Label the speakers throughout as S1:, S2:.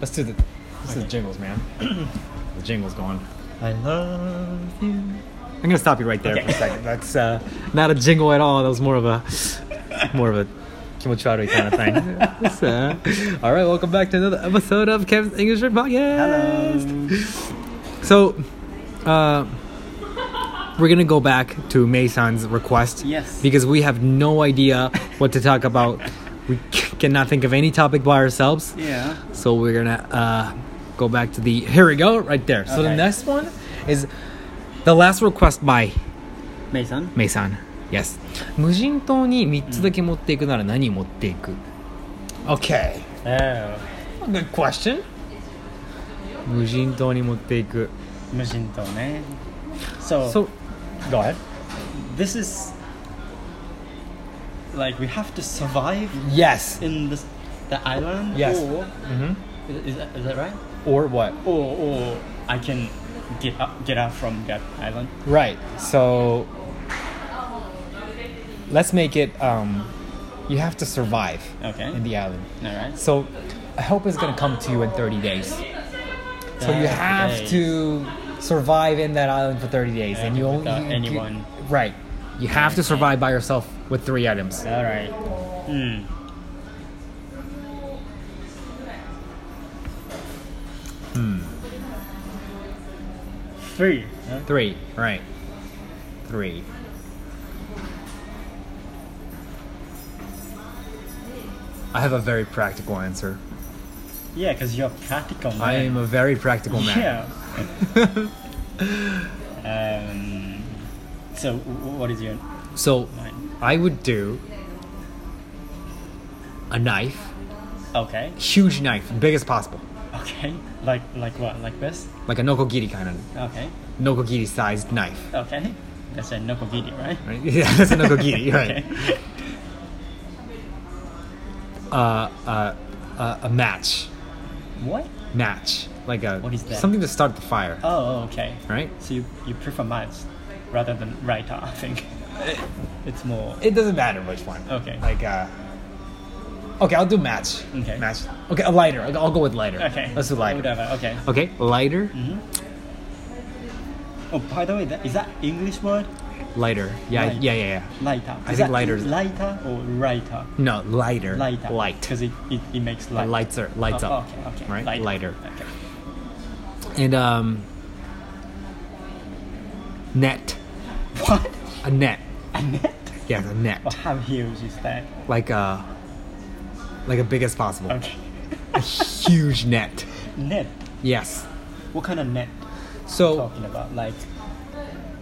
S1: Let's do the let's do the jingles, man. the jingles going. I love you. I'm gonna stop you right there for a second. That's uh, not a jingle at all. That was more of a more of a kimochari kind of thing. So, all right, welcome back to another episode of Kevin's English Room Podcast. So, uh, we're gonna go back to Mason's request.
S2: Yes.
S1: Because we have no idea what to talk about. we c- cannot think of any topic by ourselves.
S2: Yeah.
S1: So we're gonna uh, go back to the here we go right there. So the
S2: Okay.
S1: next one is the last request by
S2: Mason.
S1: メイさん Yes 無人島に3つだけ持っていくなら何持っていく Okay Uh,
S2: Oh.
S1: Good question 無人島に持っていく
S2: Mushinto, ne? So,
S1: So
S2: go ahead. This is like we have to survive
S1: Yes
S2: in this the island.
S1: Yes.
S2: Or
S1: Mhm.
S2: is, is, that, is that right?
S1: Or what?
S2: Or or I can get up, get out from that island.
S1: Right. So let's make it um you have to survive
S2: Okay.
S1: in the island.
S2: All right.
S1: So help is gonna come to you in 30 days. So you have to survive in that island for 30 days, and you only
S2: Without
S1: you-
S2: anyone.
S1: right. You have to survive by yourself with three items.
S2: All right. Hmm.
S1: Hmm.
S2: Three. huh?
S1: Three, right? Three. I have a very practical answer.
S2: Yeah, because you're practical. Man.
S1: I am a very practical man.
S2: Yeah. um, so, wh- what is your
S1: So
S2: mine?
S1: I would do a knife,
S2: Okay.
S1: huge knife, big as possible,
S2: Okay. Like, like what? Like this?
S1: like a nokogiri kind of
S2: Okay.
S1: nokogiri sized knife.
S2: Okay. That's a nokogiri, right?
S1: Right? Yeah, that's a nokogiri, right?
S2: Okay.
S1: Uh, uh, uh, a match,
S2: What?
S1: match, like a
S2: What is that?
S1: something to start the fire,
S2: Oh, okay.
S1: right?
S2: So you, you prefer miles rather than writer, I think. It's more.
S1: It doesn't matter which one.
S2: Okay.
S1: Like, uh, okay, I'll do match.
S2: Okay.
S1: Match. Okay, a lighter. I'll I'll go with lighter.
S2: Okay.
S1: Let's do lighter.
S2: Whatever. Mm-hmm. Okay.
S1: Okay, lighter,
S2: Oh, by the way, that, is that English word?
S1: lighter. Yeah,
S2: Light.
S1: yeah, yeah, yeah.
S2: Lighter.
S1: I think
S2: Is that
S1: lighter is-
S2: Lighter or writer?
S1: No, lighter.
S2: Lighter.
S1: Light.
S2: Because it, it, it makes light.
S1: Lights are lights
S2: Oh,
S1: up.
S2: Okay. Okay.
S1: Right. Lighter.
S2: Okay.
S1: And um, net.
S2: What?
S1: A net.
S2: A net?
S1: Yeah, a net.
S2: Oh, how huge is that?
S1: Like a, like a big as possible.
S2: Okay.
S1: A huge net.
S2: Net.
S1: Yes.
S2: What kind of net
S1: So
S2: talking about? Like,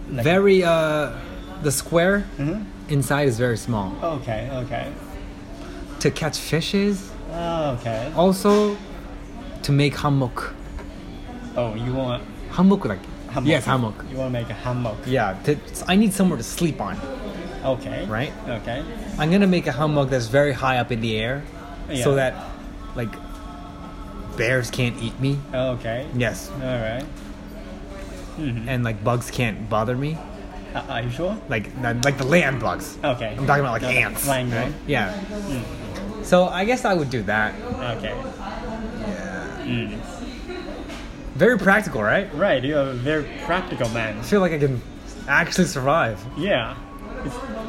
S2: like
S1: very uh, the square
S2: Mhm.
S1: inside is very small
S2: Okay. Okay.
S1: to catch fishes.
S2: Oh, okay. Oh.
S1: Also, to make hammock.
S2: Oh, you want
S1: Hammock like
S2: hammock?
S1: yes hammock.
S2: You want to make a hammock?
S1: Yeah, to, I need somewhere to sleep on.
S2: Okay.
S1: Right.
S2: Okay.
S1: I'm gonna make a hammock that's very high up in the air, so
S2: Yeah.
S1: that like bears can't eat me.
S2: Okay.
S1: Yes,
S2: All right. Mm-hmm.
S1: and like bugs can't bother me.
S2: Uh, Are, are you sure?
S1: Like not- like the land bugs.
S2: Okay.
S1: I'm talking about like
S2: No, the
S1: ants.
S2: Flying
S1: right?
S2: one.
S1: Yeah. Hmm. So I guess I would do that.
S2: Okay. Mm.
S1: Very practical, right?
S2: Right. You're a very practical man.
S1: I feel like I can actually survive.
S2: Yeah.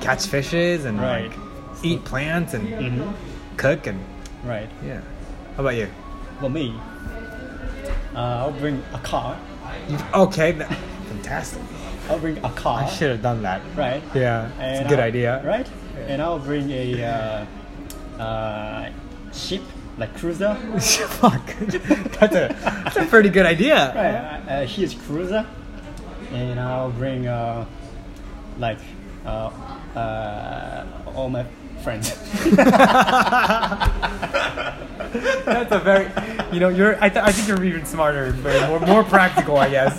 S1: Catch fishes and
S2: Right.
S1: like eat plants and
S2: Mm-hmm.
S1: cook and
S2: Right.
S1: yeah. How about you?
S2: For me, uh, I'll bring a car.
S1: you okay, that, fantastic.
S2: I'll bring a car.
S1: I should have done that.
S2: Right.
S1: Ah, Yeah, it's a
S2: And
S1: good
S2: I'll-
S1: idea.
S2: Right. And I'll bring a uh, uh, ship, like cruiser.
S1: Fuck. that's a that's a pretty good idea.
S2: Right. A, a huge uh, cruiser. And I'll bring uh, like uh, uh, all my friends.
S1: That's a very, you know, you're. I, th- I think you're even smarter, but more, more practical, I guess.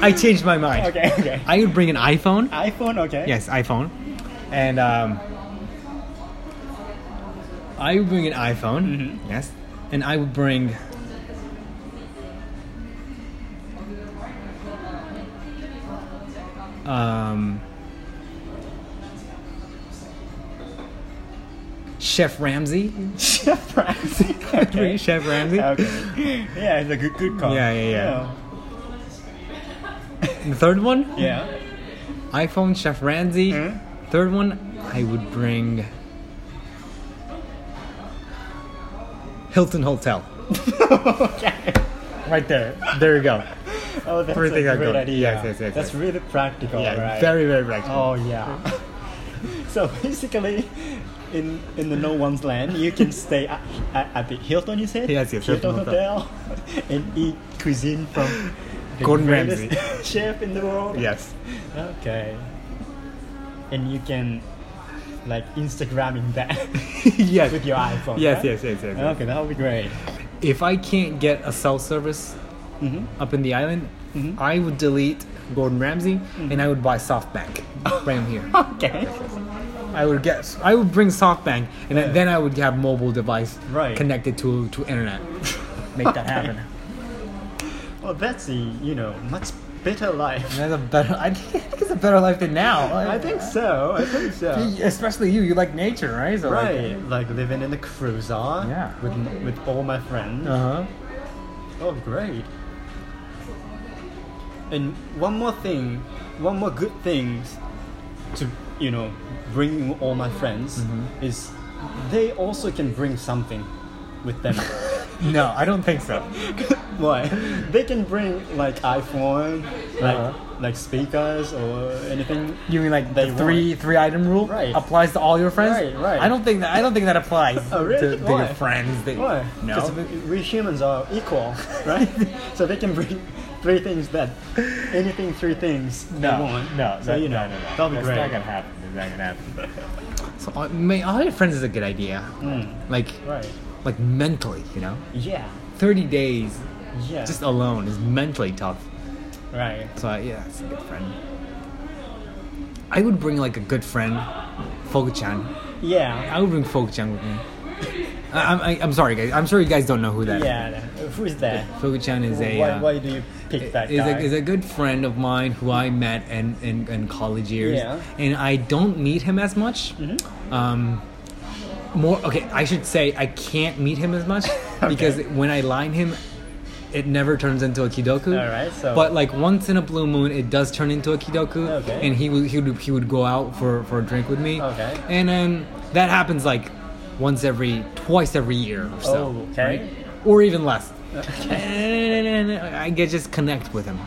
S1: I changed my mind.
S2: okay. Okay.
S1: I would bring an iPhone.
S2: iPhone. Okay.
S1: Yes, iPhone, and um, I would bring an iPhone.
S2: Mhm.
S1: Yes, and I would bring. Um, Chef Ramsey.
S2: Chef Ramsey.
S1: Remember Chef Ramsey?
S2: Okay. Yeah, it's a good good call.
S1: Yeah, yeah, yeah. The third one,
S2: Yeah.
S1: iPhone Chef Ramsey.
S2: Mhm.
S1: Third one, I would bring Hilton Hotel.
S2: okay.
S1: Right there. There you go.
S2: Oh, that's
S1: Everything I
S2: a great
S1: got.
S2: idea.
S1: Yes, yes, yes,
S2: That's
S1: yes.
S2: really practical,
S1: Yeah,
S2: right?
S1: very, very practical.
S2: Oh yeah. so basically, in in the no one's land, you can stay at, at, at the Hilton. You said
S1: Yes, yes,
S2: Hilton,
S1: Hilton
S2: Hotel, and eat cuisine from the
S1: Gordon
S2: greatest
S1: Ramsay.
S2: chef in the world.
S1: Yes.
S2: Okay. And you can like Instagramming that
S1: yes.
S2: with your iPhone.
S1: Yes,
S2: right?
S1: yes, yes, yes, yes.
S2: Okay, that would be great.
S1: If I can't get a cell service
S2: hmm
S1: up in the island,
S2: Mhm.
S1: I would delete Gordon Ramsay and I would buy SoftBank right here.
S2: Okay.
S1: I would get, I would bring SoftBank, and then-
S2: Yeah.
S1: then I would have mobile device
S2: Right.
S1: connected to to internet. Make that happen.
S2: Well, that's a you know much better life.
S1: That's a better. I think it's a better life than now.
S2: I think so. I think so.
S1: Especially you, you like nature, right? So like-
S2: Right, like living in the cruiser.
S1: Yeah.
S2: With with all my friends.
S1: uh huh.
S2: Oh, great. And one more thing, one more good thing to you know bring all my friends is they also can bring something with them.
S1: No, I don't think so.
S2: Why? They can bring like iPhone, like
S1: Uh-huh.
S2: like speakers or anything.
S1: You mean like
S2: They
S1: the three three item rule
S2: Right.
S1: applies to all your friends?
S2: Right, right.
S1: I don't think that I don't think that applies
S2: Oh, really?
S1: to, to your
S2: Why?
S1: friends. That,
S2: Why?
S1: No.
S2: Because we- we humans are equal, right? so they can bring three things that anything three things they want. so you know that'll be great.
S1: happen. That's not gonna happen. So, I mean, all your friends is a good idea.
S2: Mm,
S1: Like,
S2: right.
S1: like mentally, you know,
S2: Yeah.
S1: thirty days
S2: Yeah.
S1: just alone is mentally tough.
S2: right.
S1: So I, yeah, it's a good friend. I would bring like a good friend, Fogchan.
S2: Yeah.
S1: I would bring Fogchan with me. I, I'm, I, I'm sorry, guys. I'm sure you guys don't know who that is.
S2: Yeah. Who's that?
S1: Fogchan is a.
S2: why,
S1: uh,
S2: why do you pick that
S1: is
S2: guy?
S1: a, is a good friend of mine who I met in, in, in college years,
S2: Yeah. Mm-hmm.
S1: and I don't meet him as much. Um, more okay, I should say I can't meet him as much because when I line him, it never turns into a kidoku.
S2: Alright, so-
S1: but like once in a blue moon, it does turn into a kidoku,
S2: Okay.
S1: and he would he would he would go out for for a drink with me.
S2: Okay.
S1: and then that happens like once every twice every year or so,
S2: Oh, okay.
S1: or even less.
S2: Okay.
S1: And I get just connect with him.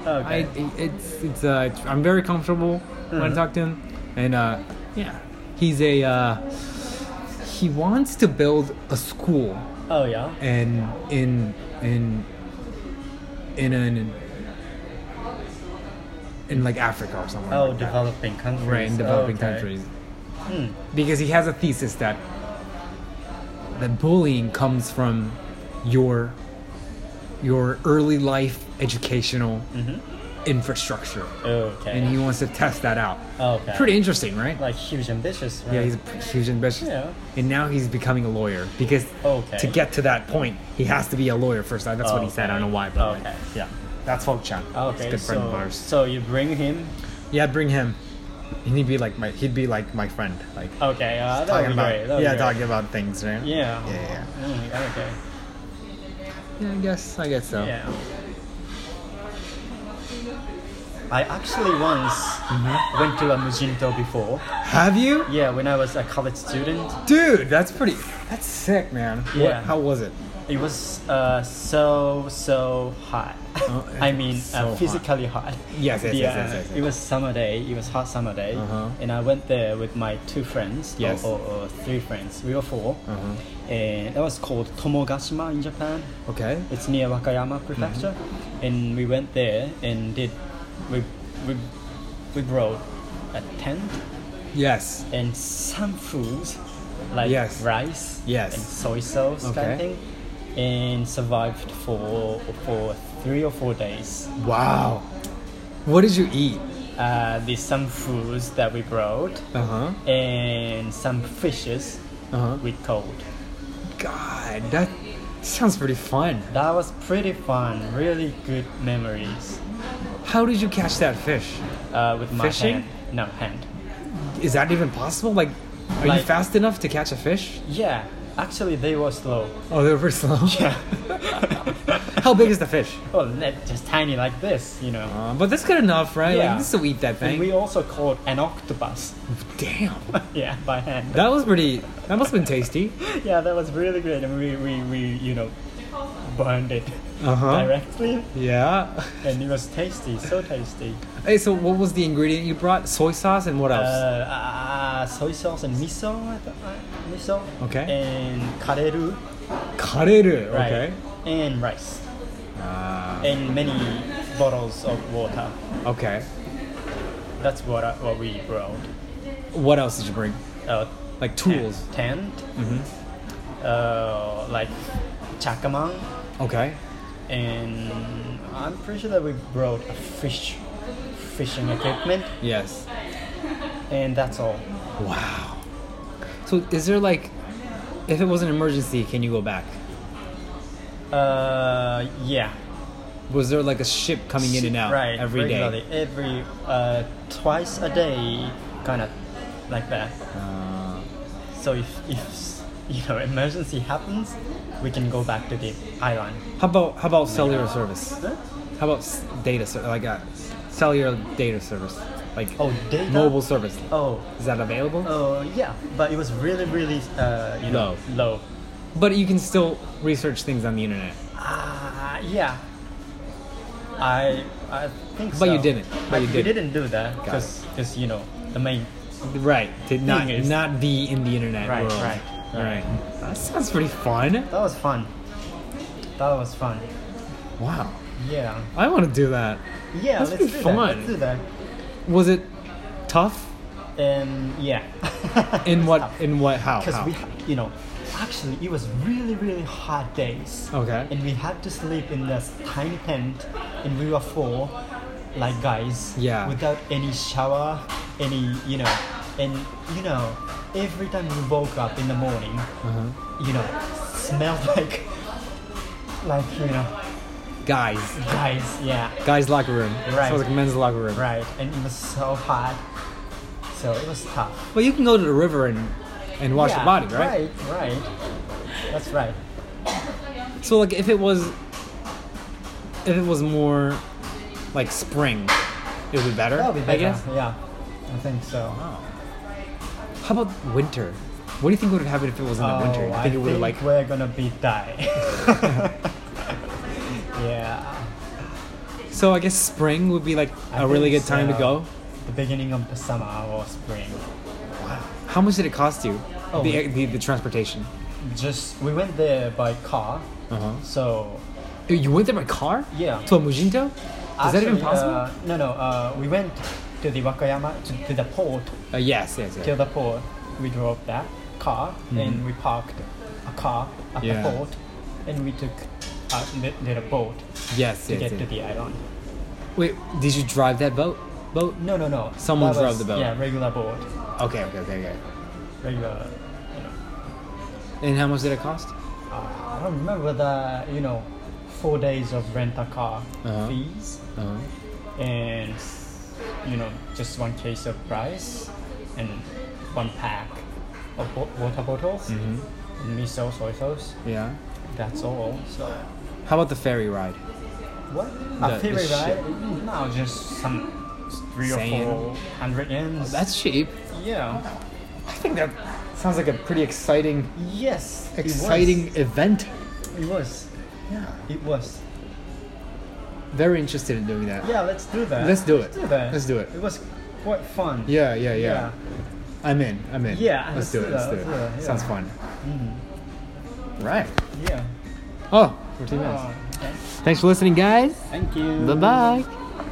S1: I,
S2: Okay.
S1: it's it's uh, it's- I'm very comfortable when I
S2: Mhm.
S1: talk to him, and uh, yeah, he's a uh, he wants to build a school
S2: Oh yeah.
S1: and in in in an in like Africa or somewhere.
S2: Oh,
S1: like that.
S2: developing countries.
S1: right in developing
S2: Okay.
S1: countries
S2: Hmm.
S1: because he has a thesis that that bullying comes from your your early life educational
S2: Mhm.
S1: infrastructure
S2: Okay.
S1: and he wants to test that out
S2: okay.
S1: pretty interesting right
S2: Like huge ambitious. Right?
S1: yeah he's a huge ambitious
S2: Yeah.
S1: and now he's becoming a lawyer because
S2: Okay.
S1: to get to that point he has to be a lawyer first that's what he said i don't know why but like,
S2: Okay.
S1: yeah that's folk chan
S2: Oh, Okay.
S1: good friend
S2: so,
S1: of ours
S2: so you bring him.
S1: yeah bring him and he'd be like my he'd be like my friend like
S2: Okay. Uh, that would
S1: talking
S2: be
S1: about
S2: great. that would
S1: yeah,
S2: be great.
S1: talking about things, right?
S2: Yeah.
S1: yeah,
S2: Mm, okay.
S1: yeah. I guess, I guess so.
S2: Yeah. I actually once went to a Mujinto before.
S1: Have you,
S2: Yeah, when I was a college student,
S1: dude? That's pretty. That's sick, man.
S2: Yeah.
S1: how was it?
S2: it was uh, so so hot.
S1: Oh,
S2: I mean,
S1: so
S2: uh,
S1: hot.
S2: physically hot.
S1: Yes, yes, yes,
S2: The,
S1: yes,
S2: uh,
S1: yes, yes.
S2: It was summer day. It was hot summer day,
S1: Uh-huh.
S2: and I went there with my two friends. or-
S1: Yes.
S2: Or, or three friends. We were 4
S1: Uh-huh.
S2: and that was called Tomogashima in Japan.
S1: Okay.
S2: It's near Wakayama Prefecture,
S1: Mm-hmm.
S2: and we went there and did we we we brought a tent
S1: Yes.
S2: and some foods like
S1: Yes.
S2: rice
S1: Yes.
S2: and soy sauce kind
S1: Okay.
S2: of thing, and survived for for three or four days.
S1: Wow. What did you eat?
S2: Uh, there's some foods that we brought
S1: Uh huh.
S2: and some fishes
S1: Uh huh.
S2: we caught.
S1: God, that sounds pretty fun.
S2: That was pretty fun. Really good memories
S1: How did you catch that fish?
S2: uh, with my
S1: Fishing?
S2: hand. No hand.
S1: Is that even possible? Like, Are
S2: Like-
S1: you fast enough to catch a fish?
S2: Yeah, actually they were slow.
S1: Oh, they were pretty slow.
S2: Yeah.
S1: How big is the fish?
S2: well, that Oh, just tiny like this, you know.
S1: Uh, but that's good enough, right?
S2: Yeah.
S1: Like, this will eat that
S2: And
S1: thing.
S2: we also caught an octopus.
S1: Damn.
S2: yeah, by hand.
S1: That was pretty. That must have been tasty.
S2: yeah, that was really great, and we we, we you know burned it
S1: Uh huh.
S2: directly,
S1: Yeah.
S2: and it was tasty, so tasty.
S1: Hey, so what was the ingredient you brought? Soy sauce and what
S2: Uh,
S1: else?
S2: uh, soy sauce and miso, I th- uh, miso.
S1: Okay.
S2: And kareru,
S1: Kareru.
S2: right?
S1: Okay.
S2: And rice,
S1: Uh,
S2: and many bottles of water.
S1: okay.
S2: That's what I, what we brought.
S1: What else did you bring?
S2: Uh,
S1: Like tools.
S2: Tent,
S1: hmm
S2: uh, like chakamang,
S1: Okay.
S2: and I'm pretty sure that we brought a fish, fishing equipment,
S1: Yes.
S2: and that's all.
S1: Wow. So is there like, if it was an emergency, can you go back?
S2: Uh, yeah.
S1: Was there like a ship coming in and out
S2: right,
S1: every day?
S2: regularly, Every uh, twice a day, kind of like that.
S1: Uh,
S2: So if if you know emergency happens, we can go back to the island.
S1: how about how about cellular service?
S2: Huh?
S1: How about s- data ser- like a cellular data service, like
S2: Oh, data.
S1: mobile service?
S2: Oh,
S1: Is that available?
S2: oh yeah, but it was really really uh, you know, low.
S1: But you can still research things on the internet.
S2: Ah, yeah. I I think so.
S1: But you didn't. But
S2: I-
S1: you
S2: we
S1: didn't.
S2: didn't do that
S1: Got
S2: because because you know the main
S1: Right. To not
S2: is-
S1: not be in the internet
S2: Right,
S1: world.
S2: right, right.
S1: Right. That sounds pretty fun.
S2: that was fun. That was fun.
S1: Wow.
S2: Yeah.
S1: I want to do that.
S2: Yeah,
S1: That's
S2: let's
S1: pretty
S2: do that.
S1: fun.
S2: Let's do that.
S1: Was it tough?
S2: Um, yeah.
S1: In what? In what? How?
S2: Because
S1: how?
S2: we, ha- you know, actually it was really really hot days.
S1: Okay.
S2: And we had to sleep in this tiny tent, and we were four, like guys.
S1: Yeah.
S2: Without any shower, any you know, and you know, every time we woke up in the morning,
S1: uh-huh.
S2: you know, smelled like, like you know,
S1: Guys.
S2: guys. Yeah.
S1: Guys' locker room.
S2: Right.
S1: Sounds like men's locker room.
S2: Right. And it was so hot. So it was tough.
S1: Well, you can go to the river and and wash your
S2: Yeah,
S1: body, right?
S2: Right, right. That's right.
S1: So like if it was if it was more like spring, it would be better.
S2: That'll be better.
S1: I guess.
S2: Yeah, I think so.
S1: Wow. How about winter? What do you think would have happened if it was in the winter?
S2: Oh,
S1: You
S2: I
S1: think it
S2: think
S1: would have like
S2: we're gonna be die. yeah.
S1: so I guess spring would be like
S2: I
S1: a really
S2: think
S1: good time to
S2: so.
S1: go.
S2: The beginning of the summer or spring.
S1: How much did it cost you?
S2: Oh.
S1: The, the the transportation.
S2: Just we went there by car,
S1: Uh-huh.
S2: so
S1: You went there by car?
S2: Yeah.
S1: To a Mujinto? Is that even
S2: actually,
S1: possible?
S2: Uh, no, no. Uh, we went to the Wakayama to, to the port.
S1: Uh, yes, yes, yes.
S2: Till the port, we drove that car and we parked a car at
S1: Mm-hmm. Yeah.
S2: the port, and we took a li- little boat
S1: yes,
S2: to
S1: yes,
S2: get
S1: yes.
S2: to the island.
S1: Wait, did you drive that boat? Boat?
S2: No, no, no.
S1: Someone
S2: that
S1: drove
S2: was-
S1: the boat.
S2: Yeah, regular boat,
S1: Okay, okay, okay, okay.
S2: regular. You know,
S1: And how much did it cost?
S2: uh, I don't remember the you know four days of rent a car
S1: Uh-huh.
S2: fees
S1: Uh-huh.
S2: and you know just one case of rice and one pack of bo- water bottles
S1: Mhm.
S2: and miso soy sauce.
S1: Yeah.
S2: That's all. So.
S1: How about the ferry ride?
S2: What?
S1: The-
S2: A
S1: the
S2: favorite
S1: ship.
S2: ride? No, just some three
S1: Sand.
S2: or four hundred yens.
S1: Oh, That's cheap.
S2: yeah.
S1: I think that sounds like a pretty exciting,
S2: Yes. it was.
S1: exciting event.
S2: It was.
S1: Yeah.
S2: It was.
S1: Very interested in doing that.
S2: Yeah, let's do that.
S1: Let's do
S2: Let's
S1: it.
S2: do that.
S1: Let's do it.
S2: It was quite fun.
S1: Yeah, yeah, yeah. I'm in. I'm in.
S2: Yeah,
S1: Let's
S2: let's
S1: do
S2: do
S1: it. Let's
S2: that,
S1: do it.
S2: let's do that, yeah. Mm-hmm.
S1: Sounds fun.
S2: Mhm.
S1: Right.
S2: Yeah.
S1: Oh, 14 minutes.
S2: Oh, okay.
S1: Thanks for listening, guys.
S2: Thank you.
S1: Bye bye.